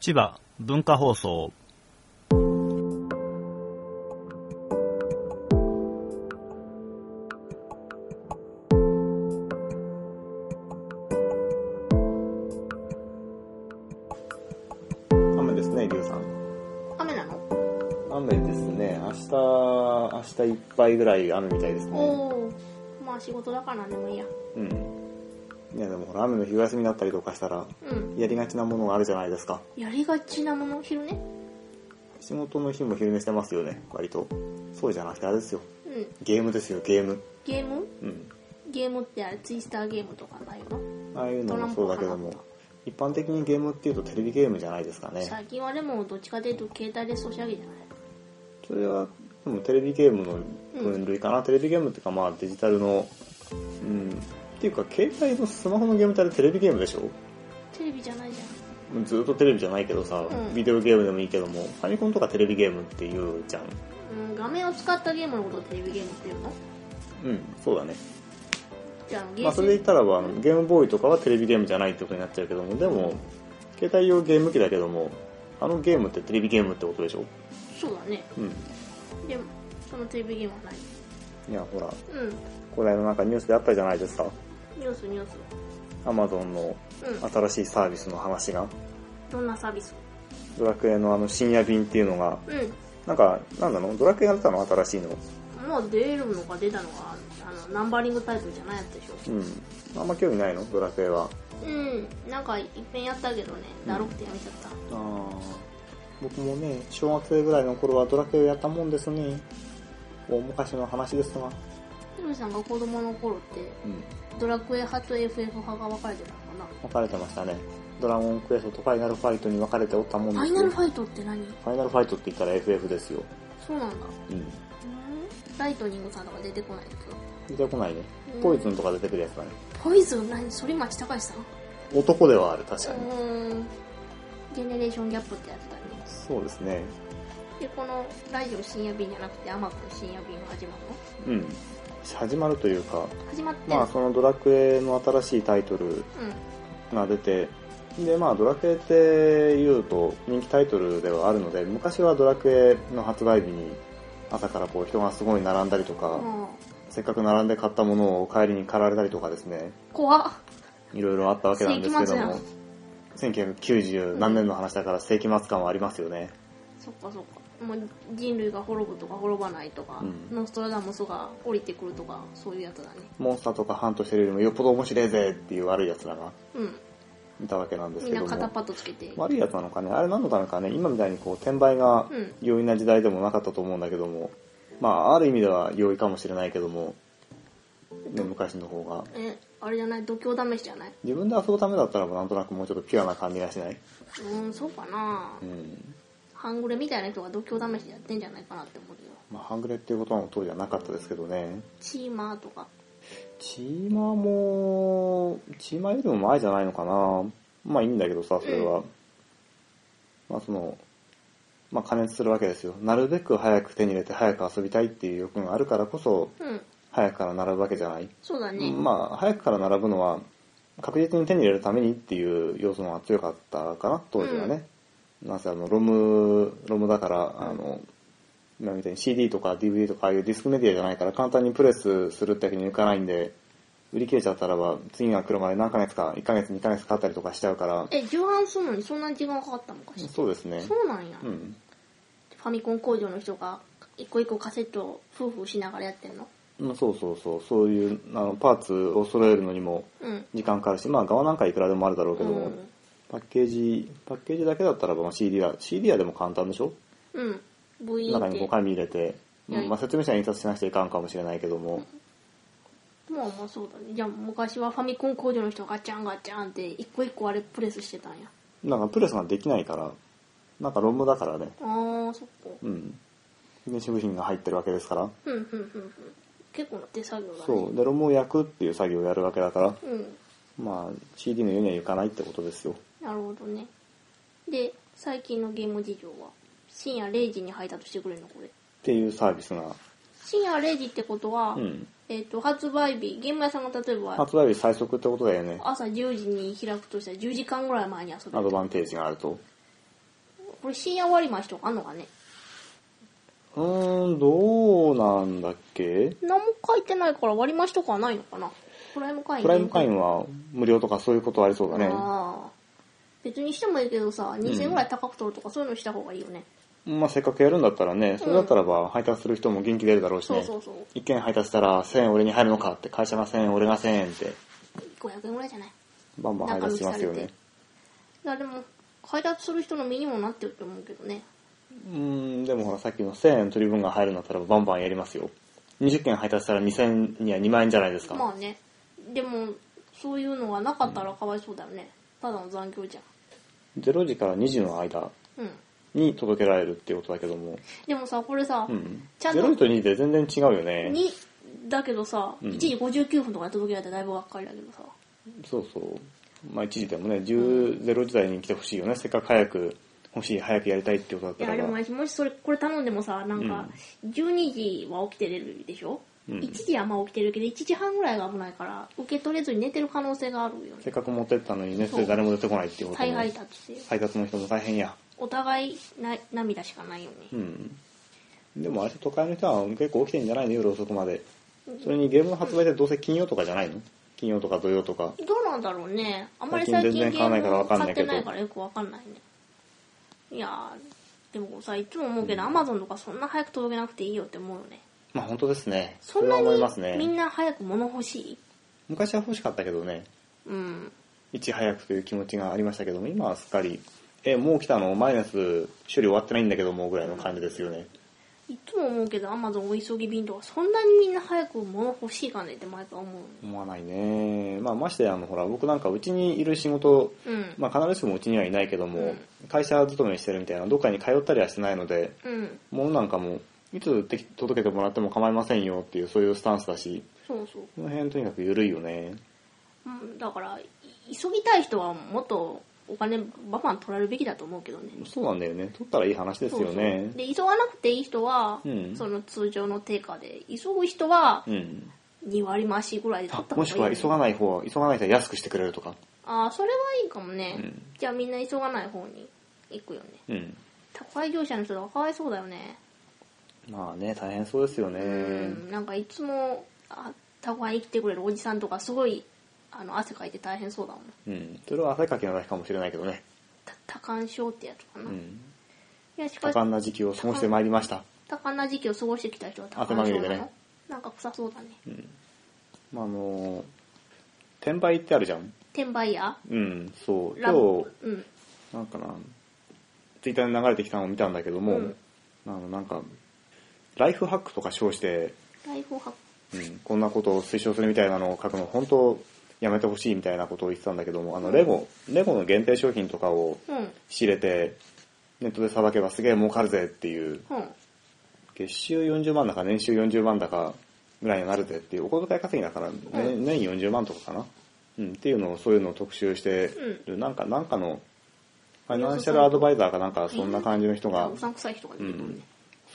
千葉文化放送雨ですね、リュウさん。雨なの雨ですね。明日、明日いっぱいぐらい雨みたいですね。おおまあ仕事だからなんでもいいやうん。いやでもほら、雨の日お休みになったりとかしたら、うんやりがちなものがあるじゃないですか。やりがちなもの昼寝仕事の日も昼寝してますよね、割と。そうじゃなくてあれですよ。うんゲームですよ、ゲーム。ゲームうん。ゲームってあれツイスターゲームとかないの、ああいうのもそうだけどもトランプか一般な、的にゲームっていうとテレビゲームじゃないですかね。最近はでもどっちかというと携帯でソシャゲじゃないそれは、でもテレビゲームの分類かな。テレビゲームっていうかまあデジタルの、うん。っていうか、携帯のスマホのゲームってあれテレビゲームでしょテレビじゃないじずっとテレビじゃないけどさ、うんビデオゲームでもいいけども、ファミコンとかテレビゲームって言うじゃん。ゃん、うん、画面を使ったゲームのことをテレビゲームっていうのうん、そうだね。じゃあゲまあ、ーそセン、れで言ったらば、あのゲームボーイとかはテレビゲームじゃないってことになっちゃうけども、でも、携帯用ゲーム機だけども、あのゲームってテレビゲームってことでしょそうだねうん。でもそのテレビゲームはないいや、ほら、うんこの間なんかニュースであったじゃないですか。ニュースニュースアマゾンのうん新しいサービスの話が、どんなサービスドラクエのあの深夜便っていうのが、うなんか、なんだのドラクエが出たの新しいの。んもう出るのか出たのかあのナンバリングタイトルじゃないやつでしょうん。あんま興味ないのドラクエは。うんなんかいっぺんやったけどねだろってやめちゃった、あー僕もね小学生ぐらいの頃はドラクエをやったもんですね大昔の話ですがヒロミさんが子供の頃ってうんドラクエ派と FF 派が分かれてたのか分かれてましたねドラゴンクエストとファイナルファイトに分かれておったもんなですファイナルファイトって何ファイナルファイトって言ったら FF ですよそうなんだうんライトニングさんとか出てこないんだけど出てこないねうんポイズンとか出てくるやつだねポイズン何反町隆史さん男ではある確かにうーんジェネレーションギャップってやつだねそうですねでこのラジオ深夜便じゃなくてアマゾン深夜便が始まるうん始まるというかの始まってる、まあそのドラクエの新しいタイトルうが出てでまあドラクエって言うと人気タイトルではあるので昔はドラクエの発売日に朝からこう人がすごい並んだりとか、んもせっかく並んで買ったものを帰りに駆られたりとかですねう怖っいろいろあったわけなんですけども1990何年の話だから世紀末感はありますよね、そっかそっかもう人類が滅ぶとか滅ばないとか、うんノストラダムスが降りてくるとかそういうやつだねモンスターとかハントしてるよりもよっぽど面白いぜっていう悪いやつらがういたわけなんでんすみんけなど肩もパッドつけて悪いやつなのかねあれ何のためかね今みたいにこう転売がうん容易な時代でもなかったと思うんだけどもまあある意味では容易かもしれないけども、ね、昔の方がえあれじゃない度胸試しじゃない自分で遊ぶためだったらばなんとなくもうちょっとピュアな感じがしないうーんそうかな、うん半グレみたいな人が度胸試しやってんじゃないかなって思うよまあ半グレっていうことの当時はなかったですけどねチーマーとかチーマーもチーマーよりも前じゃないのかなまあいいんだけどさそれは、まあそのまあ加熱するわけですよなるべく早く手に入れて早く遊びたいっていう欲があるからこそうん早くから並ぶわけじゃないそうだね、まあ、早くから並ぶのは、確実に手に入れるためにっていう要素の方が強かったかな、当時はね。なんせあの、ロム、ロムだから、あの、今みたいに CD とか DVD とかああいうディスクメディアじゃないから簡単にプレスするってわけにいかないんで、売り切れちゃったらば、次が来るまで何ヶ月か、1ヶ月、2ヶ月かかったりとかしちゃうから、え重版するのにそんなに時間かかったのかしらそうですね。そうなんや、うフん。ァミコン工場の人が一個一個カセットを夫婦しながらやってんのまあそうそうそう、そういう、あの、パーツを揃えるのにもうん時間かかるし、まあ側なんかいくらでもあるだろうけども、うんパッケージ、パッケージだけだったらば、まあ、CD は、CD はでも簡単でしょうん部員中っにて5紙入れて、はいうんまあ、説明書に印刷しなくちゃいかんかもしれないけども、まあまあそうだねじゃあ昔はファミコン工場の人がガチャンガチャンって一個一個あれプレスしてたんやなんかプレスができないから、なんか論文だからね、あーそっかうん。電子部品が入ってるわけですから、ふんふんふんふん結構な手作業だねそう。で、論文を焼くっていう作業をやるわけだから、うんまあ、CD のようにはいかないってことですよ。なるほどねで最近のゲーム事情は深夜0時に配達してくれるのこれっていうサービスが、深夜0時ってことは、うん。えっ、と発売日ゲーム屋さんが例えば発売日最速ってことだよね。朝10時に開くとしたら10時間ぐらい前に遊べアドるバンテージがあると。これ深夜割り増しとかあんのかねうーん、どうなんだっけ何も書いてないから割り増しとかはないのかなプライム会員プライム会員は無料とかそういうことありそうだね。ああ別にしてもいいけどさ2000円ぐらい高く取るとかそういうのした方がいいよね、まあせっかくやるんだったらね、それだったらば配達する人も元気出るだろうしそうねそう。そう一件配達したら1000円俺に入るのかって、会社が1000円俺が1000円って、 500円ぐらいじゃないバンバン配達しますよね。いやでも配達する人の身にもなってると思うけどねうーん、でもほらさっきの1000円の取り分が入るんだったらバンバンやりますよ。20件配達したら2000には2万円じゃないですか。まあねでもそういうのがなかったらかわいそうだよね、ただの残業じゃ0時から2時の間んうんに届けられるっていうことだけども、でもさこれさ、うん。ちゃんと0時と2時で全然違うよね。にだけどさ、うん1時59分とかに届けられたらだいぶがっかりだけどさそうそう。まあ1時でもね、10、0時台に来てほしいよね。せっかく早く欲しい、早くやりたいってことだっいたやらでもば。もしそれこれ頼んでもさなんか12時は起きてれるでしょ、うん1時はまあ起きてるけど1時半ぐらいが危ないから受け取れずに寝てる可能性があるよせねっかく持ってったのにね、そうそれ誰も出てこないっていうこと再も。配達して配達の人も大変や。お互いな涙しかないよね、うん。でもあれ都会の人は結構起きてんじゃないの夜遅くまで。それにゲームの発売ってどうせ金曜とかじゃないの金曜とか土曜とか。どうなんだろうねあんまり最最近近ゲ全然買わないかーらムをわかんな買いってけどないからよくわかんないねいやーでもさいつも思うけど、アマゾンとかそんな早く届けなくていいよって思うよねまあ本当ですね。そそんれなはに思いますみんね。な早く物欲しい昔は欲しかったけどね、うんいち早くという気持ちがありましたけども、今はすっかり、え、もう来たのマイナス処理終わってないんだけどもうぐらいの感じですよね。いつも思うけどアマゾンお急ぎ便とかそんなにみんな早く物欲しいかねって毎回思うの思わないね。まあましてやあの、ほら、僕なんかうちにいる仕事、うん、まあ必ずしもうちにはいないけども、う会社勤めしてるみたいな、どっかに通ったりはしてないので、うん物なんかも、いつでき届けてもらっても構いませんよっていう、そういうスタンスだし、そうそうこの辺とにかく緩いよね。うんだからい急ぎたい人はもっとお金バンバン取られるべきだと思うけどねそうなんだよね。取ったらいい話ですよね。で急がなくていい人は、うんその通常の定価で急ぐ人はうん。 2割増しぐらいで取った方もがいいしよくね、は急がない方は、急がない人は安くしてくれるとか。ああそれはいいかもね、うんじゃあみんな急がない方に行くよねうん。宅配業者の人とかかわいそうだよねまあね、大変そうですよね。うんなんかいつもあ宅配に来てくれるおじさんとかすごいあの汗かいて大変そうだもうんん。それは汗かきのだけかもしれないけどね。た多感症ってやつかな、ういん。やしか多し感な時期を過ごしてまいりました。多感な時期を過ごしてきた人は多感汗まみ症れなでの、ねなんか臭そうだねまあ、あのー、転売ってあるじゃん。転売屋うん、そう。今ラ日ブ、うんなんかな、ツイッターに流れてきたのを見たんだけども、うんあの、なんか、ライフハックとか称して、ライフハックうん、こんなことを推奨するみたいなのを書くの、本当やめてほしいみたいなことを言ってたんだけども、あの、レゴ、レゴの限定商品とかをうん仕入れて、ネットでさばけばすげえ儲かるぜっていう、うん月収40万だか年収40万だかぐらいになるぜっていう、お小遣い稼ぎだから、ねうん年40万とかかな。うん、っていうのを、そういうのを特集してる、なんか、なんかの、ファイナンシャルアドバイザーかなんか、そんな感じの人がう、さんくさい人がいうるもんんね、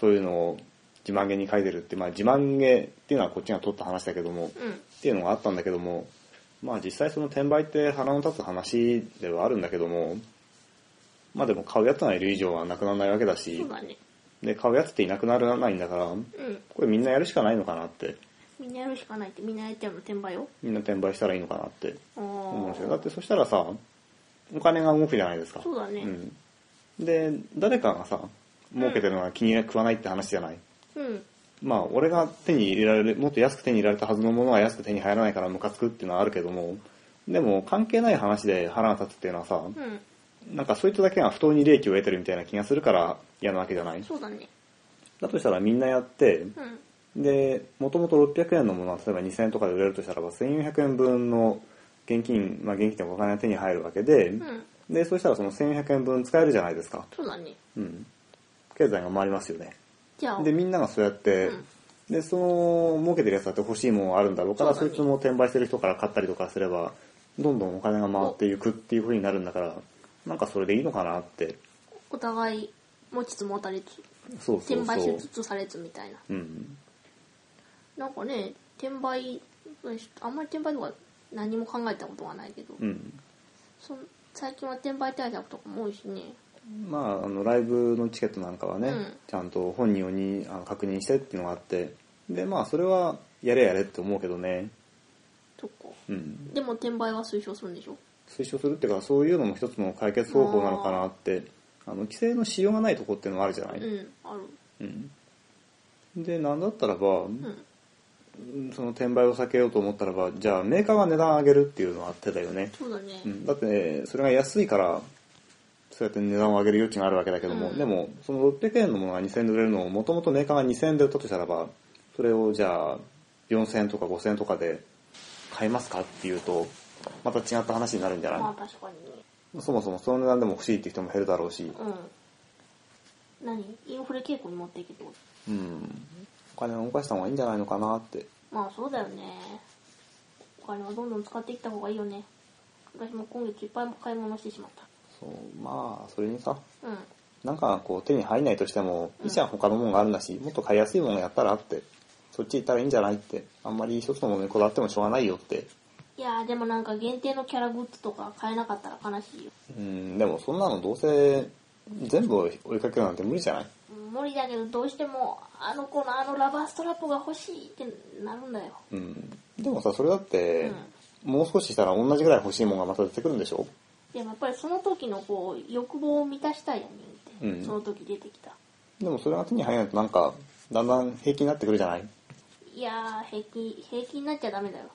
そういうのを自慢げに書いてるって、まあ自慢げっていうのはこっちが取った話だけども、うんっていうのがあったんだけども、まあ実際その転売って腹の立つ話ではあるんだけども、まあでも買うやつがいる以上はなくならないわけだしそう、だねで、買うやつっていなくならないんだから、うんこれみんなやるしかないのかなって、みんなやるしかないってみんなやってるの転売をみんな転売したらいいのかなってあ思うんですよ。あだってそしたらさ、お金が動くじゃないですか。そうだねうん。で、誰かがさ、儲けてるのは気に食わないって話じゃない。うんまあ、俺が手に入れられる、もっと安く手に入れられたはずのものは安く手に入らないからムカつくっていうのはあるけども、でも関係ない話で腹が立つっていうのはさ、うんなんかそういっただけが不当に利益を得てるみたいな気がするから嫌なわけじゃないそうだねだとしたらみんなやって、うんで、もともと600円のものは例えば2000円とかで売れるとしたらば1400円分の現金、まあ現金というかお金が手に入るわけで、うんで、そうしたらその1400円分使えるじゃないですか。そうだねうん。経済が回りますよね。じゃあでみんながそうやって、うんでその儲けてるやつだって欲しいもんあるんだろうからそそうだねいつも転売してる人から買ったりとかすればどんどんお金が回っていくっていう風になるんだからなんかそれでいいのかなってお互い持ちつ持たれつそうそ転う売しそうつ、つされつみたいなうん、なんかね転売あんまり転売とか何も考えたことはないけど、うん、そん最近は転売対策とかも多いしねまあ、あのライブのチケットなんかはね、うんちゃんと本人にあの確認してっていうのがあってでまあそれはやれやれって思うけどね、そっかうん、でも転売は推奨するんでしょ推奨するっていうかそういうのも一つの解決方法なのかなってあの規制のしようがないとこっていうのもあるじゃない、うんあるうんでなんだったらば、うんその転売を避けようと思ったらばじゃあメーカーが値段上げるっていうのは手だよね、そうだねうん、だって、ね、それが安いからそうやって値段を上げる余地があるわけだけども、うんでもその600円のものが2000円で売れるのをもともとメーカーが2000円で売ったとしたらばそれをじゃあ4000円とか5000円とかで買いますかっていうとまた違った話になるんじゃない、まあ確かにねそもそもその値段でも欲しいって人も減るだろうし、うん何インフレ傾向に持っていけとうん、お金を動かした方がいいんじゃないのかなってまあそうだよねお金はどんどん使っていった方がいいよね私も今月いっぱい買い物してしまっそうまあそれにさたうんなんかこう手に入んないとしてもうんいいじゃん他のものがあるんだしもっと買いやすいものやったらってそっち行ったらいいんじゃないってあんまり一つのものにこだわってもしょうがないよっていやーでもなんか限定のキャラグッズとか買えなかったら悲しいようんでもそんなのどうせ全部追いかけるなんて無理じゃないうん無理だけどどうしてもあの子のあのラバーストラップが欲しいってなるんだようんでもさそれだってうんもう少ししたら同じぐらい欲しいものがまた出てくるんでしょでもやっぱりその時のこう欲望を満たしたいよねって、うんその時出てきたでもそれが手に入らないとなんかだんだん平気になってくるじゃないいやー平気平気になっちゃダメだよ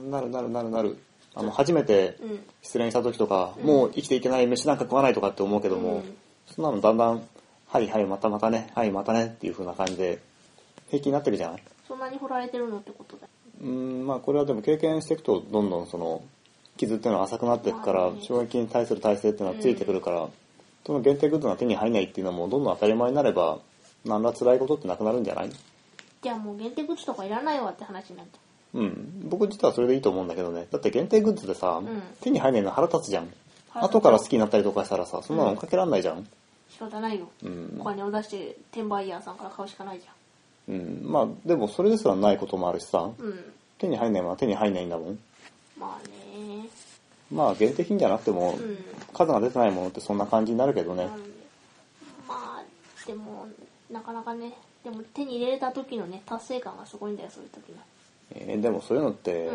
なるなるなるなるあの初めてうん失恋した時とか、うんもう生きていけない飯なんか食わないとかって思うけども、うんそんなのだんだんはいはいまたまたねはいまたねっていう風な感じで平気になってるじゃないそんなに掘られてるのってことだようーんまあこれはでも経験していくとどんどんその傷っていうのは浅くなっていくから、まあね衝撃に対する体制っていうのはついてくるから、その限定グッズが手に入らないっていうのもどんどん当たり前になれば何ら辛いことってなくなるんじゃないじゃあもう限定グッズとかいらないわって話になっちゃうん僕実はそれでいいと思うんだけどねだって限定グッズでさ、ん手に入らないの腹立つじゃん腹立つ後から好きになったりとかしたらさそんなの追っかけらんないじゃんう仕方ないよ、うんお金を出して転売ヤーさんから買うしかないじうん、まあでもそれですらないこともあるしさゃんうん手に入んないものは手に入んないんだもんまあねまあ限定品じゃなくても、うん数が出てないものってそんな感じになるけどねなるんでまあでもなかなかねでも手に入れれた時のね達成感がすごいんだよそういう時のえーでもそういうのって、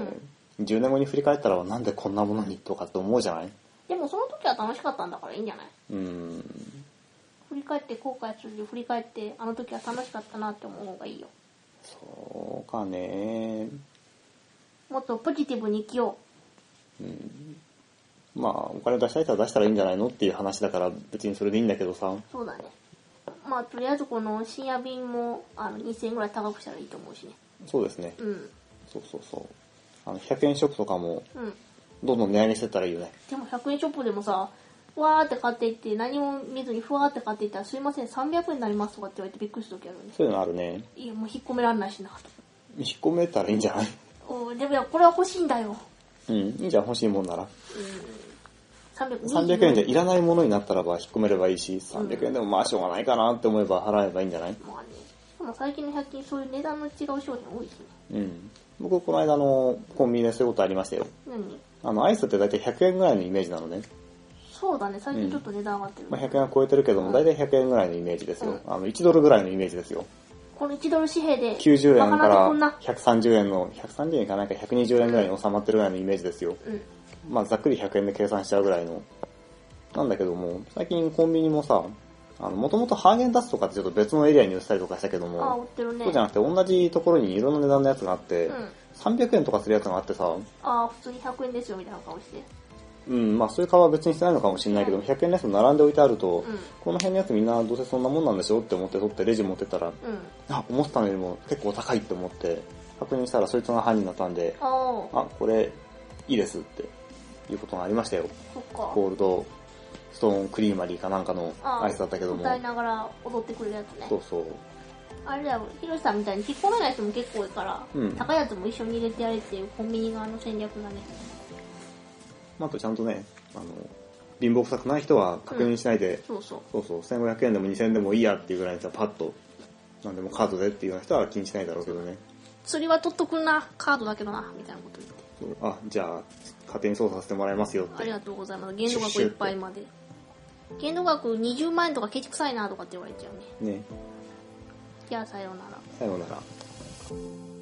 10年後に振り返ったらなんでこんなものにとかって思うじゃないでもその時は楽しかったんだからいいんじゃないうん振り返って後悔するより振り返ってあの時は楽しかったなって思う方がいいよそうかねもっとポジティブに生きよまあお金出したい人は出したらいいんじゃないのっていう話だから別にそれでいいんだけどさうそうだねまあとりあえずこの深夜便もあの2000円ぐらい高くしたらいいと思うしねそうですね、うんそうそうそうあの100円ショップとかもうんどんどん値上げしてったらいいよねでも100円ショップでもさわーって買っていって何も見ずにふわーって買っていったらすいません300円になりますとかって言われてびっくりする時あるよねそういうのあるねいやもう引っ込めらんないしなと引っ込めたらいいんじゃないおーでもいやこれは欲しいんだようん、いいじゃん、欲しいもんなら。 320 300円じゃいらないものになったらば引っ込めればいいし、300円でもまあしょうがないかなって思えば払えばいいんじゃないまあねでも最近の100均そういう値段の違う商品多いしねうん。僕、この間あのコンビニでそういうことありましたよ。何あの、アイスって大体100円ぐらいのイメージなのね。そうだね最近ちょっと値段上がってる、まあ、100円は超えてるけども、大体100円ぐらいのイメージですよ。あの、1ドルぐらいのイメージですよ。この1ドル紙幣で90円かまかならんこんな130円の、130円いかないか120円ぐらいに収まってるぐらいのイメージですよ。うんまあ、ざっくり100円で計算しちゃうぐらいの。なんだけども、最近コンビニもさ、あの、もともとハーゲンダッツとかってちょっと別のエリアに売ってたりとかしたけどああ売もっ、てるねそうじゃなくて同じところにいろんな値段のやつがあって、うん300円とかするやつがあってさ、ああ普通に100円ですよみたいな顔してうん、まあそういう顔は別にしてないのかもしれないけど、100円のやつも並んで置いてあると、うんこの辺のやつみんなどうせそんなもんなんでしょって思って取ってレジ持ってったら、うんあ、思ったのよりも結構高いって思って、確認したらそいつが犯人だったんで、あ、ああこれいいですっていうことがありましたよ。そっかゴールドストーンクリーマリーかなんかのああアイスだったけども歌いながら踊ってくれるやつねそうそうあれだよヒロシさんみたいに引っ込めない人も結構多いから、うん高いやつも一緒に入れてやれっていうコンビニ側の戦略だねまああとちゃんとねあの貧乏臭くない人は確認しないで、そうそうそうそう1500円でも2000円でもいいやっていうぐらいにさパッとなんでもカードでっていうような人は気にしないだろうけどね釣りは取っとくんなカードだけどなみたいなこと言ってそうあじゃあ勝手に操作させてもらいますよっありてがとうございます限度額いっぱいまで限度額20万円とかケチくさいなとかって言われちゃうねねじゃあさようならさようなら